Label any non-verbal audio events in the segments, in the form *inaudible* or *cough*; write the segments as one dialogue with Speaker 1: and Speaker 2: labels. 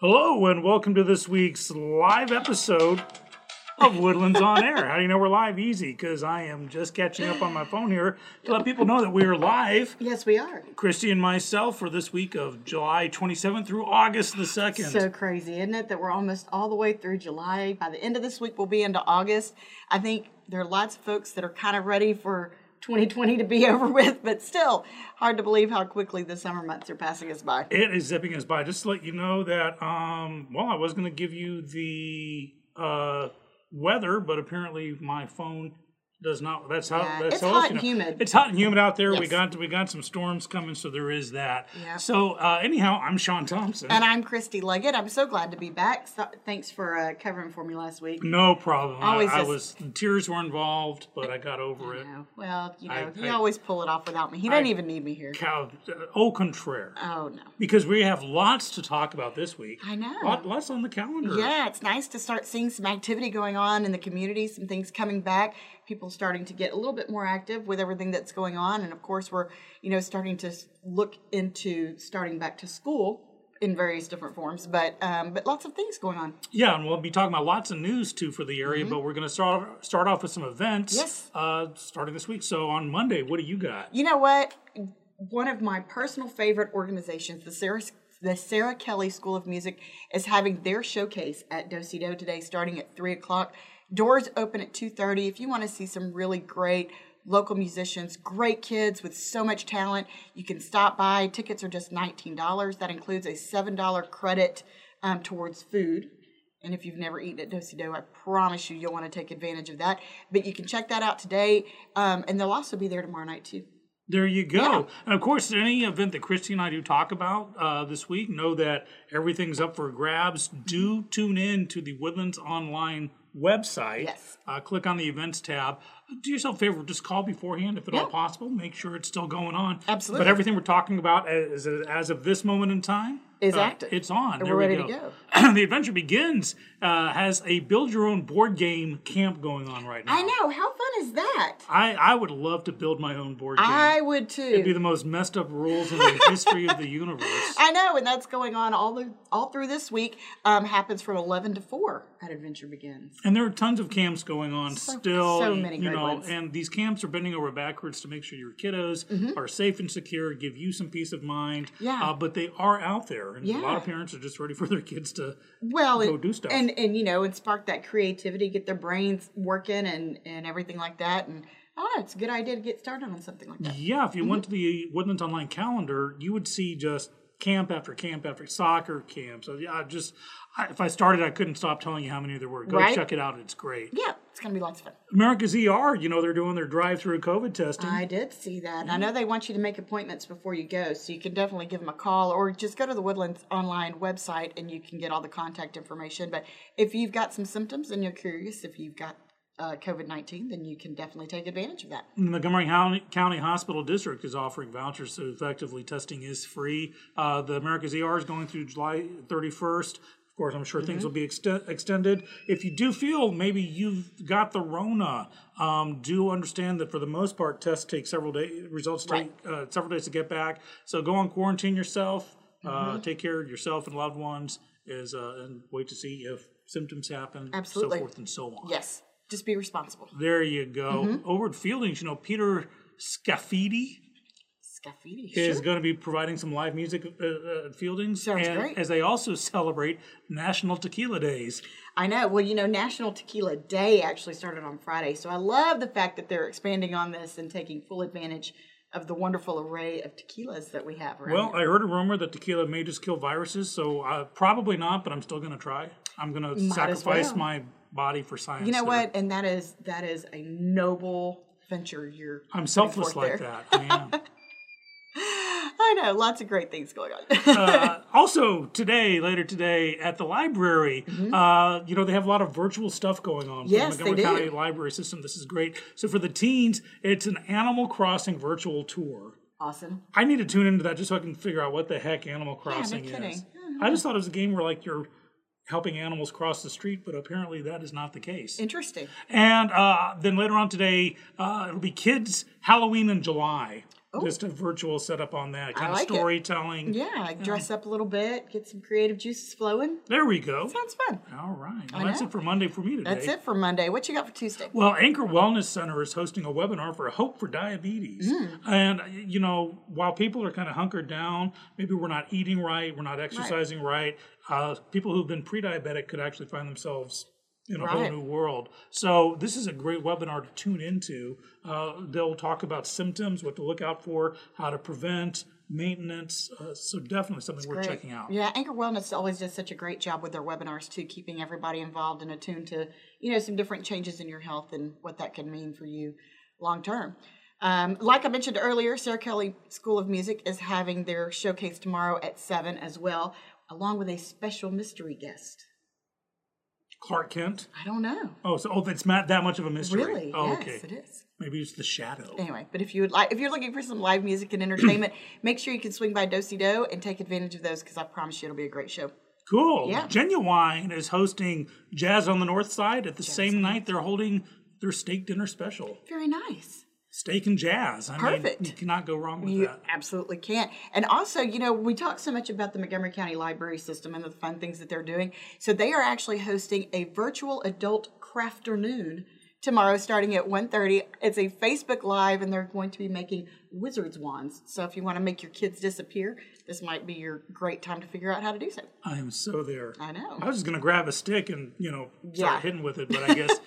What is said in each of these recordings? Speaker 1: Hello and welcome to this week's live episode of Woodlands on Air. How do you know we're live? Easy, because I am just catching up on my phone here to let people know that we are live.
Speaker 2: Yes, we are.
Speaker 1: Christy and myself for this week of July 27th through August the 2nd.
Speaker 2: So crazy, isn't it? That we're almost all the way through July. By the end of this week, we'll be into August. I think there are lots of folks that are kind of ready for 2020 to be *laughs* over with, but still, hard to believe how quickly the summer months are passing us by.
Speaker 1: it is zipping us by. Just to let you know that, um, well, I was going to give you the uh, weather, but apparently my phone does not. That's how.
Speaker 2: Yeah,
Speaker 1: that's
Speaker 2: it's
Speaker 1: how else
Speaker 2: hot
Speaker 1: you
Speaker 2: and
Speaker 1: know.
Speaker 2: humid.
Speaker 1: It's hot and humid out there. We
Speaker 2: Yes.
Speaker 1: got we got some storms coming, so there is that.
Speaker 2: Yep.
Speaker 1: So uh, anyhow, I'm Sean Thompson.
Speaker 2: And I'm Christy Leggett. I'm so glad to be back. So, thanks for uh, covering for me last week.
Speaker 1: no problem. I,
Speaker 2: Always
Speaker 1: I
Speaker 2: just-
Speaker 1: was tears were involved, but I got over it.
Speaker 2: No. Well, you know,
Speaker 1: I-
Speaker 2: you
Speaker 1: I-
Speaker 2: always pull it off without me. He doesn't even need me here.
Speaker 1: Cow, uh, au contraire,
Speaker 2: Oh, no.
Speaker 1: because we have lots to talk about this week.
Speaker 2: I know.
Speaker 1: Lot, lots on the calendar.
Speaker 2: Yeah, it's nice to start seeing some activity going on in the community, some things coming back, people starting to get a little bit more active with everything that's going on. And of course, we're, you know, starting to s- look into starting back to school in various different forms, but um, but lots of things going on.
Speaker 1: Yeah, and we'll be talking about lots of news too for the area, but we're going to start start off with some events.
Speaker 2: Yes.
Speaker 1: Uh, starting this week. So on Monday, what do you got?
Speaker 2: You know what? One of my personal favorite organizations, the Sarah, the Sarah Kelly School of Music, is having their showcase at Dosido today, starting at three o'clock. Doors open at two thirty. If you want to see some really great local musicians, great kids with so much talent, you can stop by. Tickets are just nineteen dollars. That includes a seven dollar credit um, towards food. And if you've never eaten at Dosey Do, I promise you, you'll want to take advantage of that. But you can check that out today, um, and they'll also be there tomorrow night too.
Speaker 1: There you go. And of course, any event that Christy and I do talk about uh, this week, know that everything's up for grabs. Do tune in to the Woodlands Online website.
Speaker 2: Yes.
Speaker 1: Uh, click on the events tab. Do yourself a favor, just call beforehand if at all possible. Make sure it's still going on.
Speaker 2: Absolutely.
Speaker 1: But everything we're talking about as, as of this moment in time
Speaker 2: Is
Speaker 1: uh,
Speaker 2: active.
Speaker 1: It's on. there
Speaker 2: we're
Speaker 1: we
Speaker 2: ready
Speaker 1: go.
Speaker 2: to go.
Speaker 1: *clears throat* the adventure begins uh, has a build your own board game camp going on right now.
Speaker 2: I know. How fun is that?
Speaker 1: I, I would love to build my own board game.
Speaker 2: I would too.
Speaker 1: It'd be the most messed up rules in
Speaker 2: *laughs*
Speaker 1: the history of the universe.
Speaker 2: I know, and that's going on all the all through this week. Um, happens from eleven to four at Adventure Begins.
Speaker 1: And there are tons of camps going on still.
Speaker 2: so
Speaker 1: and,
Speaker 2: many
Speaker 1: you
Speaker 2: great
Speaker 1: know,
Speaker 2: ones.
Speaker 1: and these camps are bending over backwards to make sure your kiddos are safe and secure, give you some peace of mind.
Speaker 2: Mm-hmm. Yeah.
Speaker 1: Uh, but they are out there, and a lot
Speaker 2: Yeah.
Speaker 1: of parents are just ready for their kids to.
Speaker 2: well
Speaker 1: go
Speaker 2: and,
Speaker 1: do stuff.
Speaker 2: and and you know and spark that creativity get their brains working and and everything like that and i don't know it's a good idea to get started on something like that
Speaker 1: Yeah, if you went
Speaker 2: Mm-hmm.
Speaker 1: to the Woodlands Online calendar, you would see just camp after camp after soccer camp. So yeah, I just I, if I started, I couldn't stop telling you how many there were. Go
Speaker 2: Right.
Speaker 1: check it out; it's great.
Speaker 2: yeah it's gonna be lots of fun
Speaker 1: America's ER, you know, they're doing their drive-through COVID testing.
Speaker 2: I did see that. I know they want you to make appointments before you go, so you can definitely give them a call or just go to the Woodlands online website and you can get all the contact information. But if you've got some symptoms and you're curious if you've got uh, COVID 19, then you can definitely take advantage of that.
Speaker 1: The Montgomery County, County Hospital District is offering vouchers, so effectively testing is free. Uh, the America's ER is going through July 31st. Of course, I'm sure things will be exte- extended. If you do feel maybe you've got the Rona, um, do understand that for the most part, tests take several days, results take uh, several days to get back. So go on quarantine yourself, uh, take care of yourself and loved ones, is uh, and wait to see if symptoms happen,
Speaker 2: Absolutely.
Speaker 1: so forth and so on.
Speaker 2: Yes, just be responsible.
Speaker 1: There you go.
Speaker 2: Mm-hmm.
Speaker 1: Over at Fieldings, you know, Peter Scafidi
Speaker 2: Scafidi.
Speaker 1: is
Speaker 2: sure.
Speaker 1: going to be providing some live music uh, uh, at Fieldings.
Speaker 2: Sounds
Speaker 1: and-
Speaker 2: great.
Speaker 1: As they also celebrate National Tequila Days.
Speaker 2: I know. Well, you know, National Tequila Day actually started on Friday, so I love the fact that they're expanding on this and taking full advantage of the wonderful array of tequilas that we have around.
Speaker 1: Well, I heard a rumor that tequila may just kill viruses, so uh, probably not, but I'm still going to try. I'm going to
Speaker 2: as
Speaker 1: sacrifice
Speaker 2: well.
Speaker 1: my body for science.
Speaker 2: You know
Speaker 1: there.
Speaker 2: what? And that is that is a noble venture you're.
Speaker 1: I'm
Speaker 2: putting
Speaker 1: selfless
Speaker 2: forth
Speaker 1: like
Speaker 2: there.
Speaker 1: that. I am.
Speaker 2: *laughs* I know, lots of great things going on. *laughs*
Speaker 1: uh, also today, later today, at the library, uh, you know they have a lot of virtual stuff going on. for
Speaker 2: Mm-hmm. Yes,
Speaker 1: the
Speaker 2: they
Speaker 1: Montgomery
Speaker 2: do.
Speaker 1: County Library System. This is great. So for the teens, it's an Animal Crossing virtual tour.
Speaker 2: awesome.
Speaker 1: I need to tune into that just so I can figure out what the heck Animal Crossing
Speaker 2: kidding. Uh-huh.
Speaker 1: is. I just thought it was a game where like you're helping animals cross the street, but apparently that is not the case.
Speaker 2: Interesting.
Speaker 1: And uh, then later on today, uh, it'll be kids Halloween in July. just a virtual setup on that kind
Speaker 2: Oh. like it.
Speaker 1: of storytelling.
Speaker 2: Yeah, dress up a little bit, get some creative juices flowing.
Speaker 1: There we go.
Speaker 2: Sounds fun.
Speaker 1: All right. Well, that's it for Monday for me today.
Speaker 2: That's it for Monday. What you got for Tuesday?
Speaker 1: Well, Anchor Wellness Center is hosting a webinar for Hope for Diabetes.
Speaker 2: Mm.
Speaker 1: And, you know, while people are kind of hunkered down, maybe we're not eating right, we're not exercising right, uh, people who've been pre diabetic could actually find themselves in a whole
Speaker 2: Right.
Speaker 1: new world. So, this is a great webinar to tune into. Uh, they'll talk about symptoms, what to look out for, how to prevent, maintenance. Uh, so, definitely something worth
Speaker 2: Great.
Speaker 1: checking out.
Speaker 2: Yeah, Anchor Wellness always does such a great job with their webinars too, keeping everybody involved and attuned to you know some different changes in your health and what that can mean for you long term. Um, like I mentioned earlier, Sarah Kelly School of Music is having their showcase tomorrow at seven as well, along with a special mystery guest.
Speaker 1: Clark Kent.
Speaker 2: I don't know.
Speaker 1: Oh, so oh, it's not that much of a mystery.
Speaker 2: Really?
Speaker 1: Oh,
Speaker 2: yes,
Speaker 1: okay.
Speaker 2: it is.
Speaker 1: Maybe it's the shadow.
Speaker 2: Anyway, but if you would like, if you're looking for some live music and entertainment, *clears throat* make sure you can swing by Dosey Do and take advantage of those because I promise you it'll be a great show.
Speaker 1: Cool.
Speaker 2: Yeah.
Speaker 1: Genuine is hosting Jazz on the North Side at the same night they're holding their steak dinner special.
Speaker 2: Very nice.
Speaker 1: Steak and jazz. I
Speaker 2: Perfect.
Speaker 1: mean, you cannot go wrong with
Speaker 2: You
Speaker 1: that.
Speaker 2: absolutely can't. And also, you know, we talk so much about the Montgomery County Library System and the fun things that they're doing. So they are actually hosting a virtual adult crafternoon tomorrow starting at 1.30 it's a facebook live and they're going to be making wizards wands so if you want to make your kids disappear this might be your great time to figure out how to do so
Speaker 1: I am so there.
Speaker 2: i know
Speaker 1: I was just going to grab a stick and, you know, start
Speaker 2: Yeah.
Speaker 1: hitting with it, but I guess
Speaker 2: *laughs*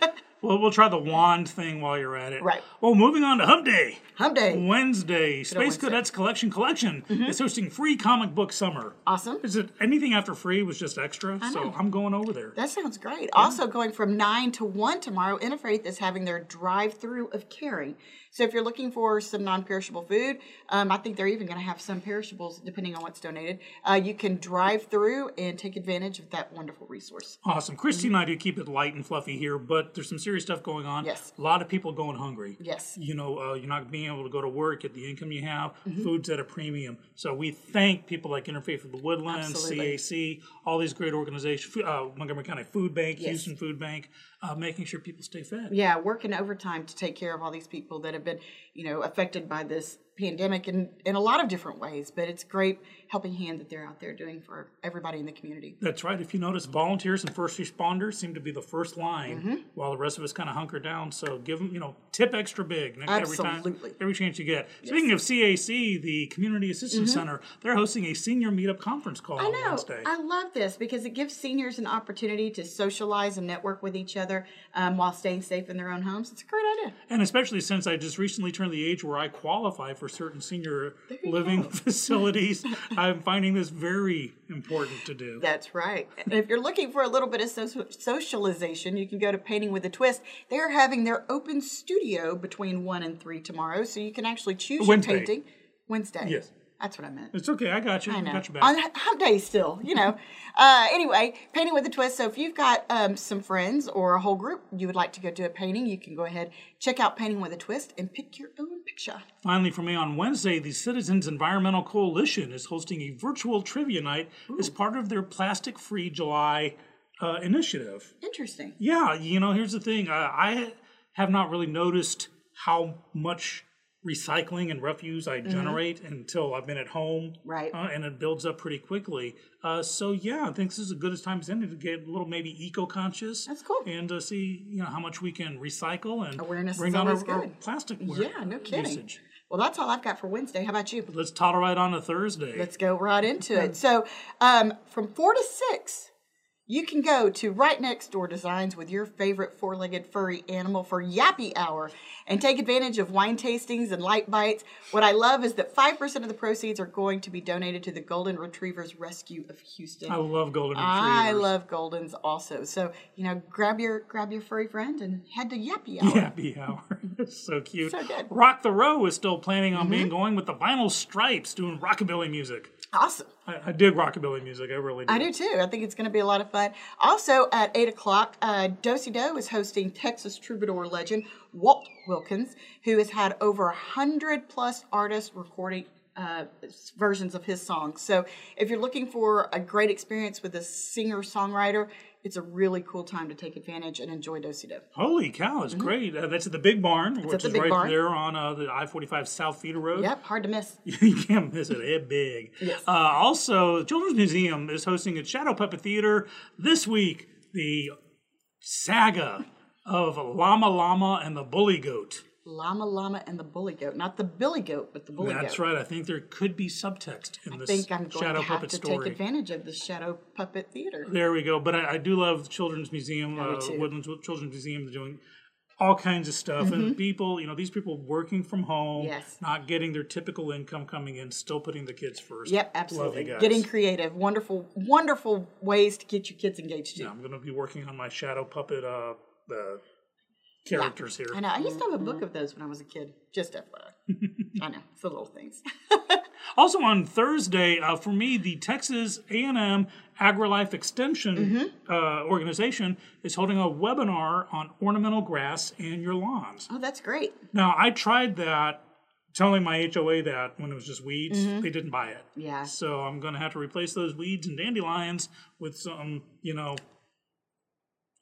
Speaker 1: well, we'll try the wand thing while you're at it.
Speaker 2: Right.
Speaker 1: Well, moving on to Hump Day.
Speaker 2: hump day
Speaker 1: Wednesday, Space
Speaker 2: Wednesday. Mm-hmm.
Speaker 1: Cadets Collection Collection is hosting free comic book summer.
Speaker 2: awesome
Speaker 1: Is it anything after free was just extra? So I'm going over there.
Speaker 2: That sounds great. Also, going from 9 to 1 tomorrow, Interfaith is having their drive through of caring. So, if you're looking for some non perishable food, um, I think they're even going to have some perishables depending on what's donated. Uh, you can drive through and take advantage of that wonderful resource.
Speaker 1: Awesome. Christy
Speaker 2: Mm-hmm.
Speaker 1: and I do keep it light and fluffy here, but there's some serious stuff going on.
Speaker 2: Yes.
Speaker 1: A lot of people going hungry.
Speaker 2: Yes.
Speaker 1: You know, uh, you're not being able to go to work at the income you have.
Speaker 2: Mm-hmm.
Speaker 1: Food's at a premium. So we thank people like Interfaith with the Woodlands,
Speaker 2: Absolutely.
Speaker 1: CAC, all these great organizations, uh, Montgomery County Food Bank,
Speaker 2: Yes.
Speaker 1: Houston Food Bank, uh, making sure people stay fed.
Speaker 2: Yeah, working overtime to take care of all these people that have been, you know, affected by this pandemic in, in a lot of different ways. But it's great helping hand that they're out there doing for everybody in the community.
Speaker 1: That's right. If you notice, volunteers and first responders seem to be the first line,
Speaker 2: Mm-hmm.
Speaker 1: while the rest of us kind of hunker down. So give them, you know, tip extra big next- every
Speaker 2: Absolutely.
Speaker 1: time, every chance you get. Speaking of CAC, the Community Assistance Center, they're hosting a senior meetup conference call on
Speaker 2: No,
Speaker 1: Wednesday.
Speaker 2: Mm-hmm. I love this because it gives seniors an opportunity to socialize and network with each other um, while staying safe in their own homes. It's a great idea.
Speaker 1: and especially since I just recently turned the age where I qualify for certain senior
Speaker 2: *laughs*
Speaker 1: living *laughs* facilities, I'm finding this very important to do.
Speaker 2: That's right. And if you're looking for a little bit of so- socialization, you can go to Painting with a Twist. They are having their open studio between 1 and 3 tomorrow, so you can actually choose
Speaker 1: Wednesday.
Speaker 2: your painting. Wednesday.
Speaker 1: Yes.
Speaker 2: That's what I meant.
Speaker 1: it's okay. I got you. I
Speaker 2: know.
Speaker 1: got your back.
Speaker 2: On hump day still,
Speaker 1: *laughs*
Speaker 2: you know. uh, anyway, painting with a twist. So if you've got um, some friends or a whole group you would like to go do a painting, you can go ahead, check out Painting with a Twist and pick your own picture.
Speaker 1: Finally, for me on Wednesday, the Citizens Environmental Coalition is hosting a virtual trivia night as part of their Plastic Free July uh, initiative.
Speaker 2: Interesting.
Speaker 1: Yeah, you know, here's the thing uh, I have not really noticed how much recycling and refuse I generate until I've been at home.
Speaker 2: Mm-hmm. Right.
Speaker 1: Uh, and it builds up pretty quickly. Uh, so, yeah, I think this is as good as time as any to get a little maybe eco conscious.
Speaker 2: That's cool.
Speaker 1: And uh, see, you know, how much we can recycle and
Speaker 2: Awareness
Speaker 1: bring
Speaker 2: is
Speaker 1: down our,
Speaker 2: always
Speaker 1: our
Speaker 2: good.
Speaker 1: plastic wear-
Speaker 2: Yeah, no kidding.
Speaker 1: usage.
Speaker 2: Well, that's all I've got for Wednesday. How about you?
Speaker 1: Let's toddle right on to Thursday.
Speaker 2: Let's go right into it. So, um, from four to six, you can go to Right Next Door Designs with your favorite four legged furry animal for Yappy Hour and take advantage of wine tastings and light bites. What I love is that 5% of the proceeds are going to be donated to the Golden Retrievers Rescue of Houston.
Speaker 1: I love golden retrievers.
Speaker 2: I love Goldens also. So, you know, grab your grab your furry friend and head to Yappy
Speaker 1: *laughs*
Speaker 2: Hour.
Speaker 1: Happy Hour. It's so cute.
Speaker 2: So good. Mm-hmm.
Speaker 1: Rock the Row is still planning on being going with the Vinyl Stripes doing rockabilly music.
Speaker 2: Awesome.
Speaker 1: I, I dig rockabilly music. I really do.
Speaker 2: I do too. I think it's going to be a lot of fun. Also, at 8 o'clock, uh, Dosey Do is hosting Texas troubadour legend Walt Wilkins, who has had over 100 plus artists recording uh, s- versions of his songs. So if you're looking for a great experience with a singer songwriter, it's a really cool time to take advantage and enjoy Dosido.
Speaker 1: Holy cow, it's great. Uh, that's at the Big Barn,
Speaker 2: Mm-hmm. at
Speaker 1: which
Speaker 2: the
Speaker 1: is
Speaker 2: Big
Speaker 1: right
Speaker 2: Barn.
Speaker 1: there on uh, the I 45 South Feeder Road.
Speaker 2: Yep, hard to miss.
Speaker 1: *laughs* you can't miss it. It's big. Uh, also, the Children's Museum is hosting at Shadow Puppet Theater this week the saga of Llama Llama and the Bully Goat.
Speaker 2: Llama Llama and the Bully Goat. Not the Billy Goat, but the Bully
Speaker 1: That's
Speaker 2: Goat.
Speaker 1: right. I think there could be subtext in
Speaker 2: I
Speaker 1: this
Speaker 2: think I'm going
Speaker 1: Shadow
Speaker 2: to have
Speaker 1: Puppet
Speaker 2: to
Speaker 1: story.
Speaker 2: take advantage of the Shadow Puppet Theater.
Speaker 1: There we go. But I, I do love Children's Museum, uh,
Speaker 2: too.
Speaker 1: Woodlands Children's Museum, they're doing all kinds of stuff. And people, you know, these people working from home,
Speaker 2: Mm-hmm. Yes.
Speaker 1: not getting their typical income coming in, still putting the kids first.
Speaker 2: Yep,
Speaker 1: Love you
Speaker 2: absolutely.
Speaker 1: guys.
Speaker 2: Getting creative. Wonderful, wonderful ways to get your kids engaged too.
Speaker 1: Yeah, I'm going to be working on my shadow puppet uh, the characters here.
Speaker 2: I know. I used to have a book of those when I was a kid. Just FYI.
Speaker 1: *laughs*
Speaker 2: I know. It's the little things.
Speaker 1: Also on Thursday, uh, for me, the Texas A&M AgriLife Extension
Speaker 2: Mm-hmm.
Speaker 1: uh, organization is holding a webinar on ornamental grass and your lawns.
Speaker 2: Oh, that's great.
Speaker 1: Now, I tried that, telling my HOA that when it was just weeds, they didn't buy it.
Speaker 2: Mm-hmm. Yeah.
Speaker 1: So I'm going to have to replace those weeds and dandelions with some, you know,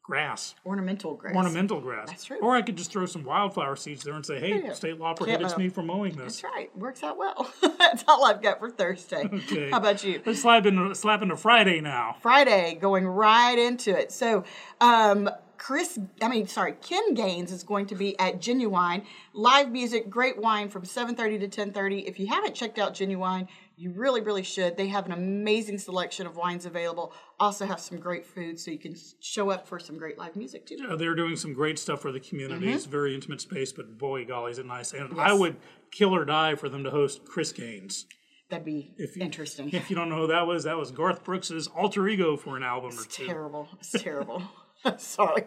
Speaker 1: grass,
Speaker 2: Ornamental grace.
Speaker 1: ornamental grass.
Speaker 2: That's true.
Speaker 1: Or I could just throw some wildflower seeds there and say, hey,
Speaker 2: Yeah.
Speaker 1: state law prohibits
Speaker 2: Yeah.
Speaker 1: me from mowing this.
Speaker 2: That's right. Works out well. *laughs* that's all I've got for Thursday.
Speaker 1: Okay.
Speaker 2: *laughs* How about you?
Speaker 1: Let's slap into, slap into Friday now.
Speaker 2: Friday, going right into it. So, um, Chris, I mean, sorry, Ken Gaines is going to be at Genuine live music, great wine from 7:30 to 10:30. If you haven't checked out Genuine, you really, really should. They have an amazing selection of wines available. Also have some great food, so you can show up for some great live music too.
Speaker 1: Uh, They're doing some great stuff for the community.
Speaker 2: Mm-hmm.
Speaker 1: It's a very intimate space, but boy, golly, is it nice. And I would kill or die for them to host Chris Gaines.
Speaker 2: That'd be
Speaker 1: you-
Speaker 2: interesting.
Speaker 1: If you don't know who that was, that was Garth Brooks's alter ego for an album or two.
Speaker 2: terrible. It's terrible. *laughs* sorry.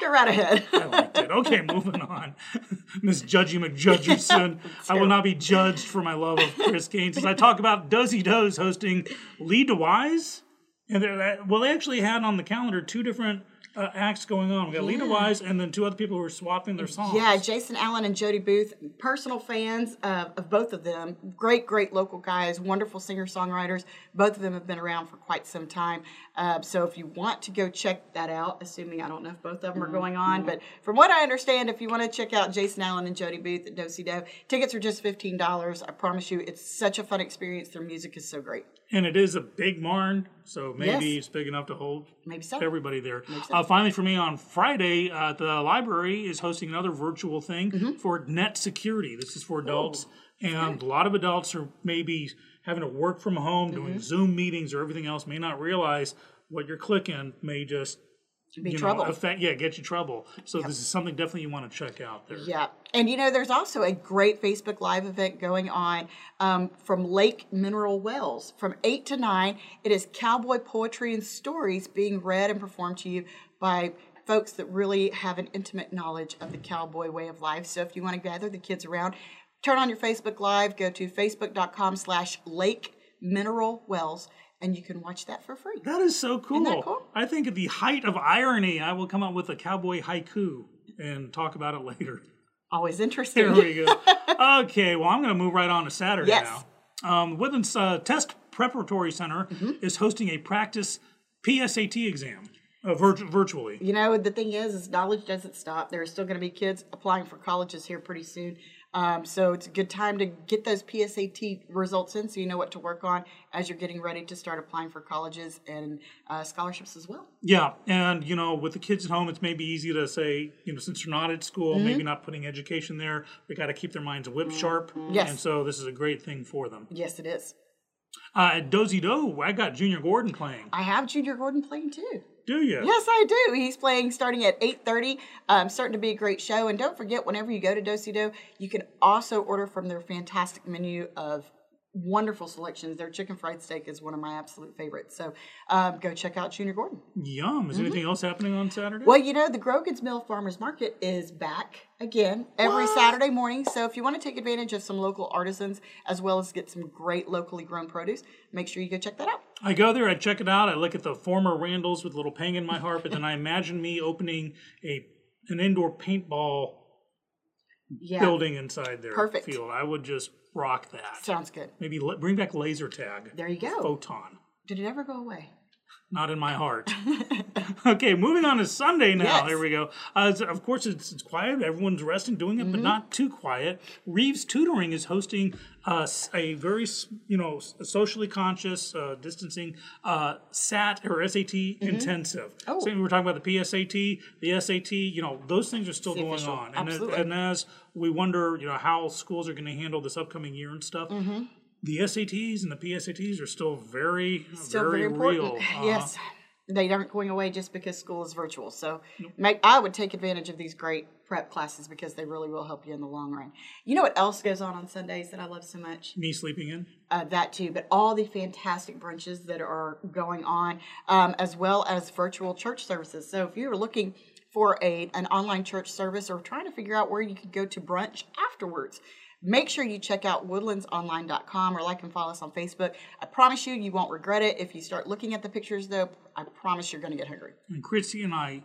Speaker 2: Go right ahead.
Speaker 1: I liked
Speaker 2: *laughs*
Speaker 1: it. Okay, moving on. *laughs* Miss Judgy McJudgerson. I will not be judged for my love of Chris Gaines as I talk about Dozy Does hosting Lee DeWise. And they're that, well, they actually had on the calendar two different uh, acts going on. We got Lee DeWise and then two other people who were swapping their songs.
Speaker 2: Yeah, Jason Allen and Jody Booth, personal fans uh, of both of them. Great, great local guys, wonderful singer songwriters. Both of them have been around for quite some time. Uh, so if you want to go check that out, assuming I don't know if both of them are going on, but from what I understand, if you want to check out Jason Allen and Jody Booth at Dosey Do, tickets are just fifteen dollars. I promise you, it's such a fun experience. Their music is so great.
Speaker 1: And it is a big barn, so maybe
Speaker 2: Yes.
Speaker 1: it's big enough to hold
Speaker 2: Maybe so.
Speaker 1: everybody there. Uh, finally, for me on Friday, uh, the library is hosting another virtual thing
Speaker 2: Mm-hmm.
Speaker 1: for net security. This is for adults, and a lot of adults are maybe having to work from home,
Speaker 2: Mm-hmm.
Speaker 1: doing Zoom meetings or everything else, may not realize what you're clicking may just
Speaker 2: Be
Speaker 1: you
Speaker 2: trouble.
Speaker 1: know affect yeah get you trouble. So this is something definitely you want to check out there.
Speaker 2: Yeah. And you know, there's also a great Facebook Live event going on um, from Lake Mineral Wells from 8 to 9. It is cowboy poetry and stories being read and performed to you by folks that really have an intimate knowledge of the cowboy way of life. So if you want to gather the kids around, turn on your Facebook Live, go to facebook.com slash Lake Mineral Wells, and you can watch that for free.
Speaker 1: That is so cool.
Speaker 2: that cool?
Speaker 1: I think at the height of irony, I will come up with a cowboy haiku and talk about it *laughs* later.
Speaker 2: Always
Speaker 1: *laughs* There
Speaker 2: interesting.
Speaker 1: we
Speaker 2: *laughs*
Speaker 1: go. okay, well, I'm going to move right on to Saturday
Speaker 2: Yes.
Speaker 1: now. Um, Woodlands uh, Test Preparatory Center
Speaker 2: Mm-hmm.
Speaker 1: is hosting a practice PSAT exam uh, vir- virtually.
Speaker 2: you know the thing is is knowledge doesn't stop there are still going to be kids applying for colleges here pretty soon um, so it's a good time to get those psat results in so you know what to work on as you're getting ready to start applying for colleges and uh, scholarships as well
Speaker 1: Yeah, and you know, with the kids at home, it's maybe easy to say, you know, since you're not at school,
Speaker 2: Mm-hmm.
Speaker 1: maybe not putting education there, we got to keep their minds whip sharp.
Speaker 2: Yes.
Speaker 1: And so this is a great thing for them.
Speaker 2: yes it is
Speaker 1: Uh, at Dozy Do, I got Junior Gordon playing.
Speaker 2: i have junior gordon playing too
Speaker 1: Do you?
Speaker 2: Yes, I do. He's playing starting at 8.30. Um, starting to be a great show. And don't forget, whenever you go to Dosey Do, you can also order from their fantastic menu of wonderful selections. Their chicken fried steak is one of my absolute favorites. So um, go check out Junior Gordon.
Speaker 1: Yum.
Speaker 2: Mm-hmm.
Speaker 1: Is anything else happening on Saturday?
Speaker 2: Well, you know, the Grogan's Mill Farmers Market is back again every Saturday morning. So if you want to take advantage of some local artisans as well as get some great locally grown produce, make sure you go check that out.
Speaker 1: I go there, I check it out, I look at the former Randalls with a little pang in my heart, but then I imagine me opening a an indoor paintball
Speaker 2: Yeah.
Speaker 1: building inside their
Speaker 2: Perfect.
Speaker 1: field. I would just rock that.
Speaker 2: Sounds good.
Speaker 1: Maybe le- bring back laser tag.
Speaker 2: There you go.
Speaker 1: Photon.
Speaker 2: Did it ever go away?
Speaker 1: Not in my
Speaker 2: *laughs*
Speaker 1: heart. okay, moving on to Sunday now.
Speaker 2: Yes.
Speaker 1: Here we go. Uh, it's- of course, it's, it's quiet. Everyone's resting, doing it, but
Speaker 2: Mm-hmm.
Speaker 1: not too quiet. Reeves Tutoring is hosting uh, s- a very, s- you know, s- socially conscious uh, distancing uh, SAT or SAT intensive.
Speaker 2: Oh.
Speaker 1: So we were talking about the PSAT, the SAT. You know, those things are still going
Speaker 2: official.
Speaker 1: on, and, as-
Speaker 2: Absolutely.
Speaker 1: and as we wonder, you know, how schools are going to handle this upcoming year and stuff.
Speaker 2: Mm-hmm.
Speaker 1: The SATs and the PSATs are still very,
Speaker 2: Still very, important. *laughs*
Speaker 1: real. Uh,
Speaker 2: Yes. They aren't going away just because school is virtual. So make, I would take advantage of these great prep classes because they really will help you in the long run. You know what else goes on on Sundays that I love so much?
Speaker 1: Me sleeping in.
Speaker 2: uh, that too, but all the fantastic brunches that are going on, um, as well as virtual church services. So if you're looking for a an online church service or trying to figure out where you could go to brunch afterwards, make sure you check out woodlandsonline.com or like and follow us on Facebook. I promise you, you won't regret it. If you start looking at the pictures, though, I promise you're going to get hungry.
Speaker 1: And Christy and I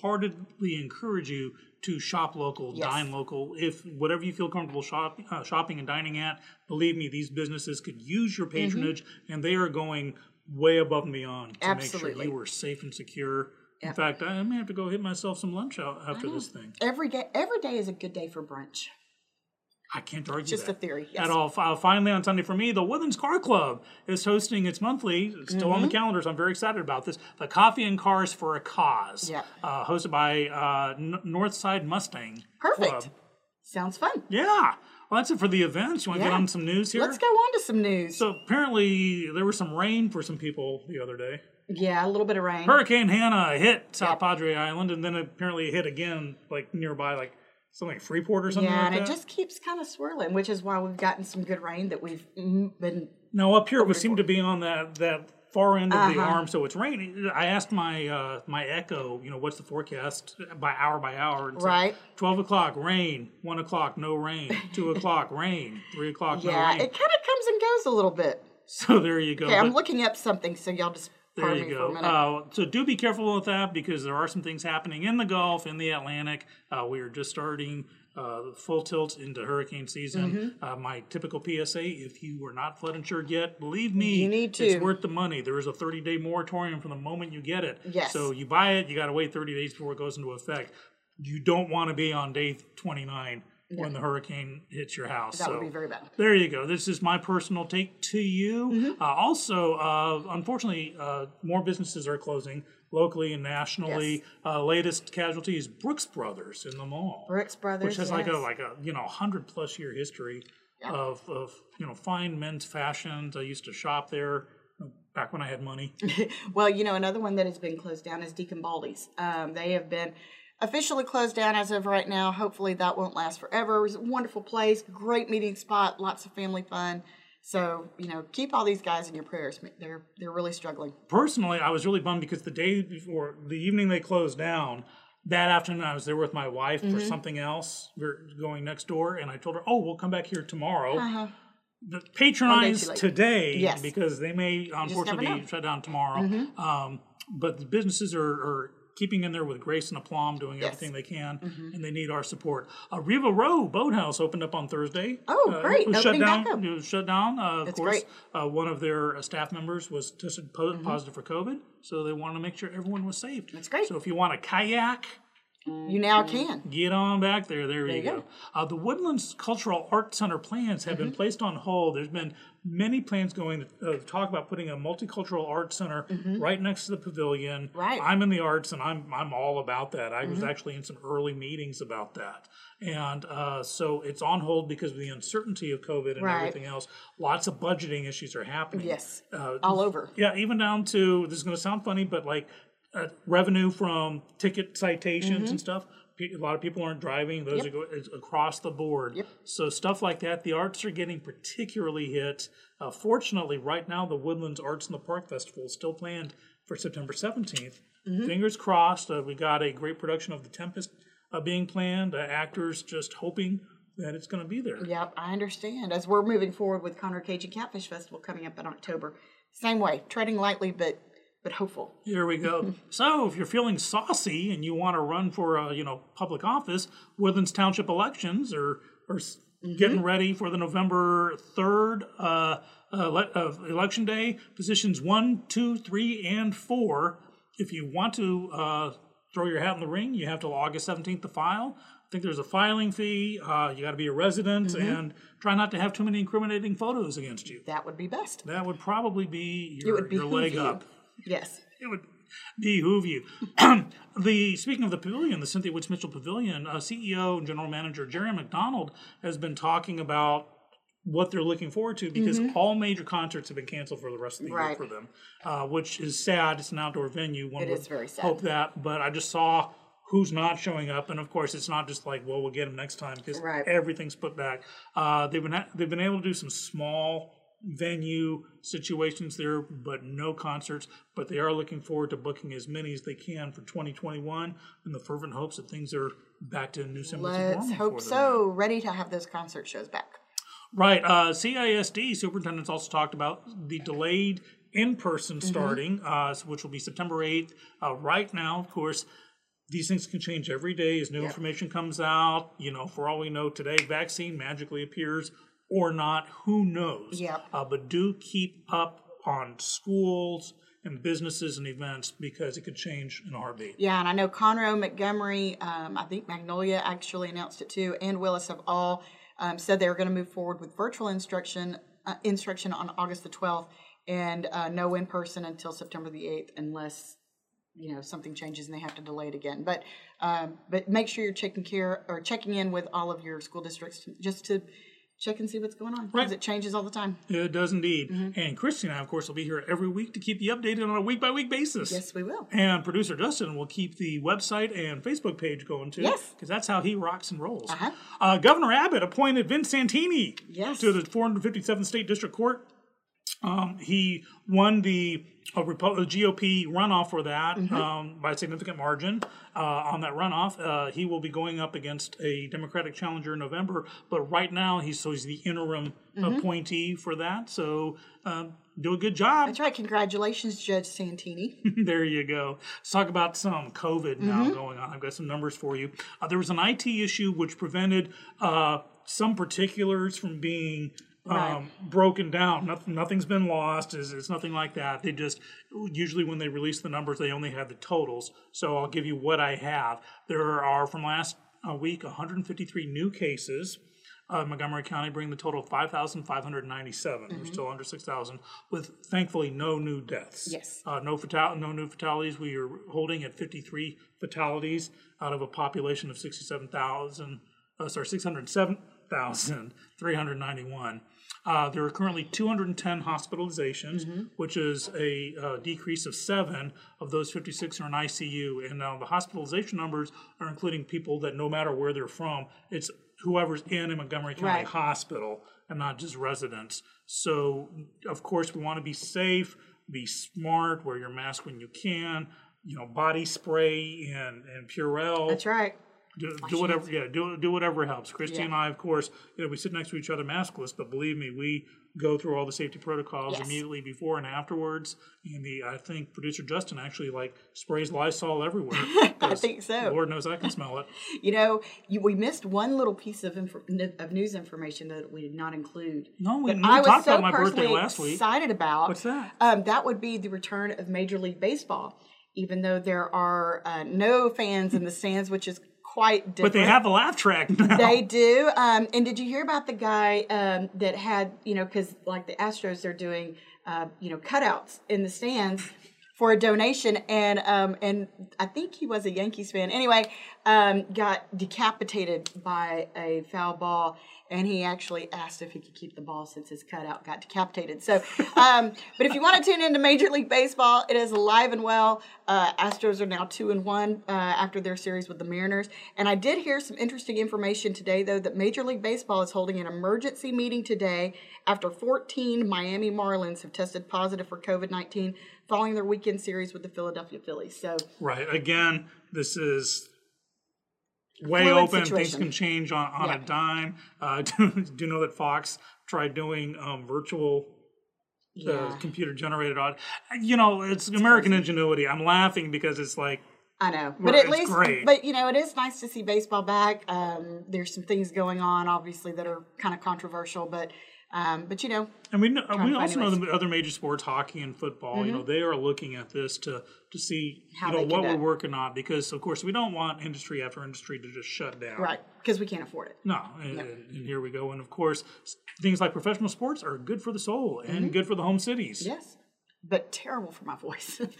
Speaker 1: wholeheartedly encourage you to shop local,
Speaker 2: Yes.
Speaker 1: dine local. If whatever you feel comfortable shop, uh, shopping and dining at, believe me, these businesses could use your
Speaker 2: Mm-hmm.
Speaker 1: patronage, and they are going way above and beyond to make sure
Speaker 2: Absolutely.
Speaker 1: you are safe and secure. In fact, I may have to go hit myself some lunch out after this thing.
Speaker 2: Every day, every day is a good day for brunch.
Speaker 1: I can't argue
Speaker 2: Just
Speaker 1: that.
Speaker 2: a theory, yes.
Speaker 1: At all. Fi- Finally, on Sunday for me, the Woodlands Car Club is hosting its monthly, it's still on the
Speaker 2: Mm-hmm.
Speaker 1: calendar, so I'm very excited about this. The Coffee and Cars for a Cause,
Speaker 2: Yep.
Speaker 1: uh, hosted by uh, N- Northside Mustang.
Speaker 2: Perfect.
Speaker 1: Club.
Speaker 2: Sounds fun.
Speaker 1: Yeah. Well, that's it for the events. You want to get
Speaker 2: Yeah.
Speaker 1: on some news here?
Speaker 2: Let's go on to some news.
Speaker 1: So apparently, there was some rain for some people the other day.
Speaker 2: yeah, a little bit of rain.
Speaker 1: Hurricane Hannah hit South Padre Island, and then apparently it hit again, like nearby, like something like Freeport or something
Speaker 2: Yeah,
Speaker 1: like
Speaker 2: and
Speaker 1: that.
Speaker 2: it just keeps kind of swirling, which is why we've gotten some good rain that we've mm, been.
Speaker 1: Now up here, it would seem to be on that that far end of the
Speaker 2: Uh-huh.
Speaker 1: arm, so it's raining. I asked my uh, my Echo, you know, what's the forecast by hour by hour? and said,
Speaker 2: Right.
Speaker 1: Twelve o'clock rain. One o'clock no rain. Two o'clock rain. Three o'clock
Speaker 2: Yeah,
Speaker 1: no rain.
Speaker 2: it kind of comes and goes a little bit.
Speaker 1: *laughs* So there you go.
Speaker 2: Okay, I'm
Speaker 1: But-
Speaker 2: looking up something, so y'all just
Speaker 1: there
Speaker 2: pardon
Speaker 1: you
Speaker 2: me
Speaker 1: go.
Speaker 2: for a minute.
Speaker 1: Uh, so do be careful with that because there are some things happening in the Gulf, in the Atlantic. Uh, we are just starting uh, full tilt into hurricane season.
Speaker 2: Mm-hmm.
Speaker 1: Uh, my typical PSA: if you are not flood insured yet, believe me,
Speaker 2: You need
Speaker 1: It's
Speaker 2: to.
Speaker 1: worth the money. There is a 30 day moratorium from the moment you get it.
Speaker 2: Yes.
Speaker 1: So you buy it, you got to wait 30 days before it goes into effect. You don't want to be on day 29 when the hurricane hits your house.
Speaker 2: that would
Speaker 1: so-
Speaker 2: be very bad.
Speaker 1: there you go. This is my personal take to you.
Speaker 2: Mm-hmm.
Speaker 1: Uh, also, uh, unfortunately, uh, more businesses are closing locally and nationally.
Speaker 2: Yes.
Speaker 1: Uh, latest casualty is Brooks Brothers in the mall,
Speaker 2: Brooks Brothers,
Speaker 1: which has like a
Speaker 2: yes.
Speaker 1: like a you know hundred plus year history of of you know fine men's fashions. I used to shop there back when I had money.
Speaker 2: Well, you know, another one that has been closed down is Deacon Baldy's. Um, they have been officially closed down as of right now. Hopefully, that won't last forever. It was a wonderful place, great meeting spot, lots of family fun. So, you know, keep all these guys in your prayers. They're they're really struggling.
Speaker 1: personally, I was really bummed because the day before, the evening they closed down, that afternoon I was there with my wife for
Speaker 2: Mm-hmm.
Speaker 1: something else. We were going next door, and I told her, "Oh, we'll come back here tomorrow."
Speaker 2: Uh-huh.
Speaker 1: The patronize
Speaker 2: late.
Speaker 1: today
Speaker 2: Yes.
Speaker 1: because they may unfortunately
Speaker 2: never
Speaker 1: be
Speaker 2: know. Mm-hmm.
Speaker 1: shut down tomorrow. Um, but the businesses are, are keeping in there with grace and aplomb, doing everything they can,
Speaker 2: Mm-hmm.
Speaker 1: and they need our support. Uh, Riva Row Boathouse opened up on Thursday.
Speaker 2: Oh,
Speaker 1: Uh,
Speaker 2: great.
Speaker 1: It was shut
Speaker 2: Opening
Speaker 1: down.
Speaker 2: back up.
Speaker 1: It was shut down. Uh, of course,
Speaker 2: great.
Speaker 1: Uh, one of their uh, staff members was tested po- positive for COVID, so they wanted to make sure everyone was saved. Mm-hmm. That's
Speaker 2: great.
Speaker 1: So if you want a kayak,
Speaker 2: You now can.
Speaker 1: get on back there. There, you
Speaker 2: you
Speaker 1: go. Mm-hmm.
Speaker 2: go.
Speaker 1: Uh, the Woodlands Cultural Arts Center plans have been placed on hold. There's been many plans going to uh, talk about putting a multicultural arts center right next to the pavilion.
Speaker 2: Right.
Speaker 1: I'm in the arts, and I'm I'm all about that. I was actually in some early meetings about that. And uh, so it's on hold because of the uncertainty of COVID and
Speaker 2: Right.
Speaker 1: everything else. Lots of budgeting issues are happening.
Speaker 2: Yes.
Speaker 1: Uh,
Speaker 2: all over.
Speaker 1: Yeah, even down to this is going to sound funny, but like uh, revenue from ticket citations and stuff. Pe- A lot of people aren't driving; those are go- it's across the board. So stuff like that, the arts are getting particularly hit. Uh, fortunately, right now the Woodlands Arts in the Park Festival is still planned for September 17th Fingers crossed. Uh, we got a great production of The Tempest uh, being planned. Uh, actors just hoping that it's going to be there.
Speaker 2: Yep, I understand. As we're moving forward with Conrad Cajun Catfish Festival coming up in October, same way, treading lightly, but but hopeful.
Speaker 1: Here we
Speaker 2: *laughs*
Speaker 1: go. so, if you're feeling saucy and you want to run for a you know public office, Woodlands Township elections are are s
Speaker 2: Mm-hmm.
Speaker 1: getting ready for the November third uh, ele- uh, election day. Positions one, two, three, and four. If you want to uh, throw your hat in the ring, you have till August seventeenth to file. I think there's a filing fee. Uh, you got to be a resident
Speaker 2: Mm-hmm.
Speaker 1: and try not to have too many incriminating photos against you.
Speaker 2: That would be best.
Speaker 1: That would probably be your,
Speaker 2: would
Speaker 1: your leg
Speaker 2: behoove *laughs* you.
Speaker 1: up
Speaker 2: Yes.
Speaker 1: it would behoove you. *clears throat* the speaking of the pavilion, the Cynthia Woods Mitchell Pavilion, uh, CEO and General Manager Jerry McDonald has been talking about what they're looking forward to because all major concerts have been canceled for the rest of the year
Speaker 2: Mm-hmm. Right.
Speaker 1: for them, uh, which is sad. It's an outdoor venue. One
Speaker 2: It
Speaker 1: would
Speaker 2: is very sad.
Speaker 1: Hope that, but I just saw who's not showing up, and of course, it's not just like, well, we'll get them next time because
Speaker 2: Right.
Speaker 1: everything's put back. Uh, they've been ha- they've been able to do some small venue situations there, but no concerts. But they are looking forward to booking as many as they can for 2021, in the fervent hopes that things are back to new semblance of
Speaker 2: Let's
Speaker 1: normal
Speaker 2: hope
Speaker 1: for them.
Speaker 2: so. Ready to have those concert shows back.
Speaker 1: Right. Uh, CISD superintendents also talked about the delayed in person starting, uh, s- which will be September 8th. Uh, right now, of course, these things can change every day as new information comes out. You know, for all we know today, vaccine magically appears or not. Who knows?
Speaker 2: Yep.
Speaker 1: Uh, but do keep up on schools and businesses and events because it could change in a heartbeat.
Speaker 2: Yeah, and I know Conroe, Montgomery, um, I think Magnolia actually announced it too, and Willis have all um, said they were going to move forward with virtual instruction uh, instruction on August the 12th, and uh, no in person until September the 8th, unless you know something changes and they have to delay it again. But um, but make sure you're checking care or checking in with all of your school districts just to check and see what's going on because
Speaker 1: Right.
Speaker 2: it changes all the time.
Speaker 1: It does indeed. And Christy and I, of course, will be here every week to keep you updated on a week by week basis.
Speaker 2: Yes, we will.
Speaker 1: And producer Dustin will keep the website and Facebook page going too.
Speaker 2: Yes.
Speaker 1: Because that's how he rocks and rolls.
Speaker 2: Uh-huh.
Speaker 1: Uh, Governor Abbott appointed Vince Santini
Speaker 2: Yes.
Speaker 1: to the 457th State District Court. Um, he won the uh, Repo- the GOP runoff for that
Speaker 2: Mm-hmm.
Speaker 1: um, by a significant margin. Uh, on that runoff, uh, he will be going up against a Democratic challenger in November. But right now, he's so he's the interim
Speaker 2: Mm-hmm.
Speaker 1: appointee for that. So um, do a good job
Speaker 2: That's right. Congratulations, Judge Santini.
Speaker 1: *laughs* there you go. Let's talk about some COVID now going on. I've got some numbers for you. Uh, there was an IT issue which prevented uh, some particulars from being um,
Speaker 2: Right.
Speaker 1: broken down. Nothing, nothing's been lost. It's, it's nothing like that. They just usually when they release the numbers, they only have the totals. So I'll give you what I have. There are from last uh, week 153 new cases. Uh, Montgomery County bringing the total of 5,597. We're still under 6,000, with thankfully no new deaths.
Speaker 2: Yes.
Speaker 1: Uh, no fatal, no new fatalities. We are holding at 53 fatalities out of a population of 67,000. Uh, sorry, 607,391. Uh, there are currently 210 hospitalizations, which is a uh, decrease of seven. Of those, 56 are in ICU. And now the hospitalization numbers are including people that no matter where they're from, it's whoever's in a Montgomery County
Speaker 2: Right.
Speaker 1: hospital and not just residents. So, of course, we want to be safe, be smart, wear your mask when you can. You know, body spray and and Purell
Speaker 2: That's right.
Speaker 1: do, do whatever yeah do, do whatever helps christy
Speaker 2: Yeah.
Speaker 1: and i of course you know we sit next to each other maskless but believe me we go through all the safety protocols
Speaker 2: Yes.
Speaker 1: immediately before and afterwards and the i think producer justin actually like sprays lysol everywhere
Speaker 2: *laughs* I think so.
Speaker 1: lord knows i can smell it
Speaker 2: You know, you, we missed one little piece of infor- n- of news information that we did not include.
Speaker 1: No, we-
Speaker 2: that
Speaker 1: we talked about my birthday
Speaker 2: personally
Speaker 1: last week.
Speaker 2: Excited about
Speaker 1: What's that?
Speaker 2: Um, that would be the return of Major League Baseball, even though there are uh, no fans in the stands, which is quite
Speaker 1: but
Speaker 2: different.
Speaker 1: they have a laugh track now
Speaker 2: They do. Um, and did you hear about the guy um, that had, you know, because like the Astros, they're doing, uh, you know, cutouts in the stands for a donation, and um, and I think he was a Yankees fan. Anyway, um, got decapitated by a foul ball, and he actually asked if he could keep the ball since his cutout got decapitated. So, um, *laughs* but if you want to tune into Major League Baseball, it is alive and well. Uh, Astros are now two and one uh, after their series with the Mariners. And I did hear some interesting information today, though, that Major League Baseball is holding an emergency meeting today after 14 Miami Marlins have tested positive for COVID 19 following their weekend series with the Philadelphia Phillies. So,
Speaker 1: right again this is way
Speaker 2: Fluid
Speaker 1: open things
Speaker 2: situation.
Speaker 1: can change on, on a
Speaker 2: Yeah.
Speaker 1: *laughs* dime uh, do, do know that fox tried doing um, virtual the
Speaker 2: Yeah.
Speaker 1: computer generated audio. You know, it's American ingenuity. I'm laughing because it's like
Speaker 2: I know,
Speaker 1: Well,
Speaker 2: but at
Speaker 1: it's
Speaker 2: least,
Speaker 1: great.
Speaker 2: but you know, it is nice to see baseball back. Um, there's some things going on, obviously, that are kind of controversial, but, um, but you know,
Speaker 1: And we know, we
Speaker 2: to find
Speaker 1: also know
Speaker 2: ways
Speaker 1: the other major sports, hockey and football. You know, they are looking at this to to see
Speaker 2: How
Speaker 1: you know
Speaker 2: they can
Speaker 1: what
Speaker 2: do
Speaker 1: we're
Speaker 2: it.
Speaker 1: working on because, of course, we don't want industry after industry to just shut down.
Speaker 2: right? Because we can't afford it.
Speaker 1: No, and, and here we go. And of course, s- things like professional sports are good for the soul
Speaker 2: Mm-hmm.
Speaker 1: and good for the home cities.
Speaker 2: Yes, but terrible for my voice. *laughs*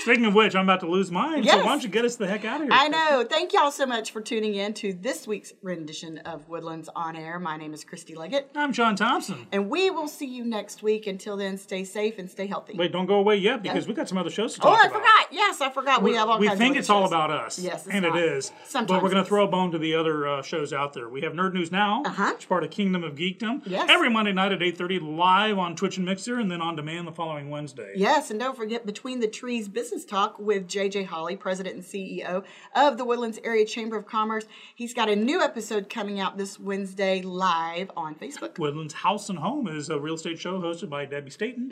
Speaker 1: Speaking of which, I'm about to lose mine. So
Speaker 2: Yes.
Speaker 1: why don't you get us the heck out of here?
Speaker 2: I know. Thank y'all so much for tuning in to this week's rendition of Woodlands on Air. My name is Christy Leggett,
Speaker 1: I'm John Thompson.
Speaker 2: and we will see you next week. Until then, stay safe and stay healthy.
Speaker 1: Wait, don't go away yet because we got some other shows to
Speaker 2: oh,
Speaker 1: talk
Speaker 2: I
Speaker 1: about.
Speaker 2: forgot. Yes, I forgot. We, have all.
Speaker 1: we
Speaker 2: kinds of
Speaker 1: think
Speaker 2: other
Speaker 1: it's all
Speaker 2: shows.
Speaker 1: about us.
Speaker 2: Yes, it's
Speaker 1: and
Speaker 2: not.
Speaker 1: it is.
Speaker 2: Sometimes
Speaker 1: but we're going
Speaker 2: it
Speaker 1: to throw a bone to the other uh, shows out there. We have Nerd News Now,
Speaker 2: Uh-huh.
Speaker 1: which is part of Kingdom of Geekdom.
Speaker 2: Yes.
Speaker 1: Every Monday night at 8.30 live on Twitch and Mixer and then on demand the following Wednesday.
Speaker 2: Yes, and don't forget Between the Trees Business Talk with JJ Holly, President and CEO of the Woodlands Area Chamber of Commerce. He's got a new episode coming out this Wednesday live on Facebook.
Speaker 1: Woodlands House and Home is a real estate show hosted by Debbie Staten.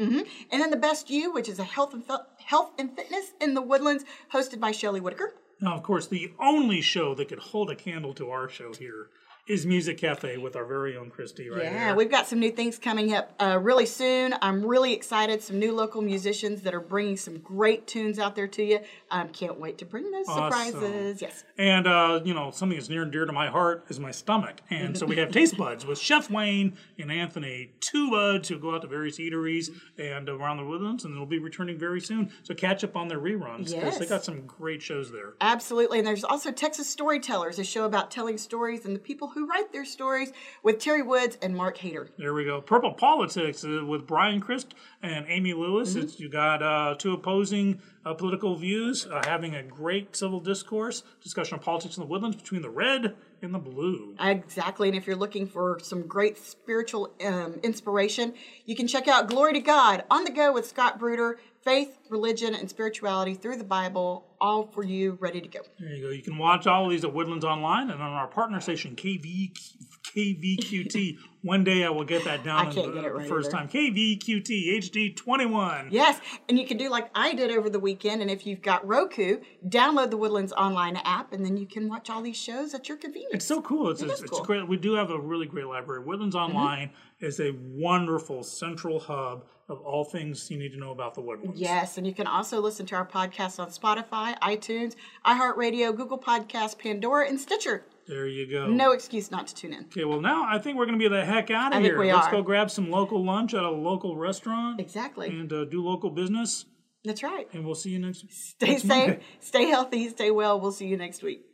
Speaker 2: And then The Best You, which is a health and, fel- health and fitness in the Woodlands, hosted by Shelley Whitaker.
Speaker 1: Now, of course, the only show that could hold a candle to our show here is Music Cafe with our very own Christy right
Speaker 2: Yeah,
Speaker 1: here.
Speaker 2: we've got some new things coming up uh, really soon. I'm really excited. Some new local musicians that are bringing some great tunes out there to you. Um, can't wait to bring those
Speaker 1: Awesome.
Speaker 2: surprises. Yes.
Speaker 1: And uh, you know, something that's near and dear to my heart is my stomach. And so we
Speaker 2: *laughs*
Speaker 1: have taste buds with Chef Wayne and Anthony, two buds who go out to various eateries and around the woodlands, and they'll be returning very soon. So catch up on their reruns because they
Speaker 2: Yes.
Speaker 1: got some great shows there.
Speaker 2: Absolutely. And there's also Texas Storytellers, a show about telling stories and the people who write their stories with Terry Woods and Mark Hayter.
Speaker 1: There we go. Purple Politics uh, with Brian Christ and Amy Lewis.
Speaker 2: Mm-hmm.
Speaker 1: It's, you got uh, two opposing uh, political views uh, having a great civil discourse discussion of politics in the woodlands between the red and the blue.
Speaker 2: Exactly. And if you're looking for some great spiritual um, inspiration, you can check out Glory to God on the go with Scott Bruder, faith, religion, and spirituality through the Bible, all for you, ready to go.
Speaker 1: There you go. You can watch all of these at Woodlands Online and on our partner station, KV,
Speaker 2: *laughs*
Speaker 1: KVQT. One day I will get that down
Speaker 2: I can't get it right
Speaker 1: first time.
Speaker 2: either.
Speaker 1: KVQT HD21.
Speaker 2: Yes. And you can do like I did over the weekend. And if you've got Roku, download the Woodlands Online app, and then you can watch all these shows at your convenience.
Speaker 1: It's so cool. It's, it's,
Speaker 2: is
Speaker 1: it's
Speaker 2: cool. Mm-hmm.
Speaker 1: great. We do have a really great library. Woodlands Online is a wonderful central hub of all things you need to know about the Woodlands.
Speaker 2: Yes, and you can also listen to our podcast on Spotify, iTunes, iHeartRadio, Google Podcasts, Pandora, and Stitcher.
Speaker 1: There you go.
Speaker 2: No excuse not to tune in.
Speaker 1: Okay, well, now I think we're going to be the heck out of
Speaker 2: I think
Speaker 1: here.
Speaker 2: we
Speaker 1: Let's
Speaker 2: are.
Speaker 1: go grab some local lunch at a local restaurant
Speaker 2: Exactly.
Speaker 1: and uh, do local business.
Speaker 2: That's right.
Speaker 1: And we'll see you next
Speaker 2: Stay safe, stay healthy, stay well. We'll see you next week.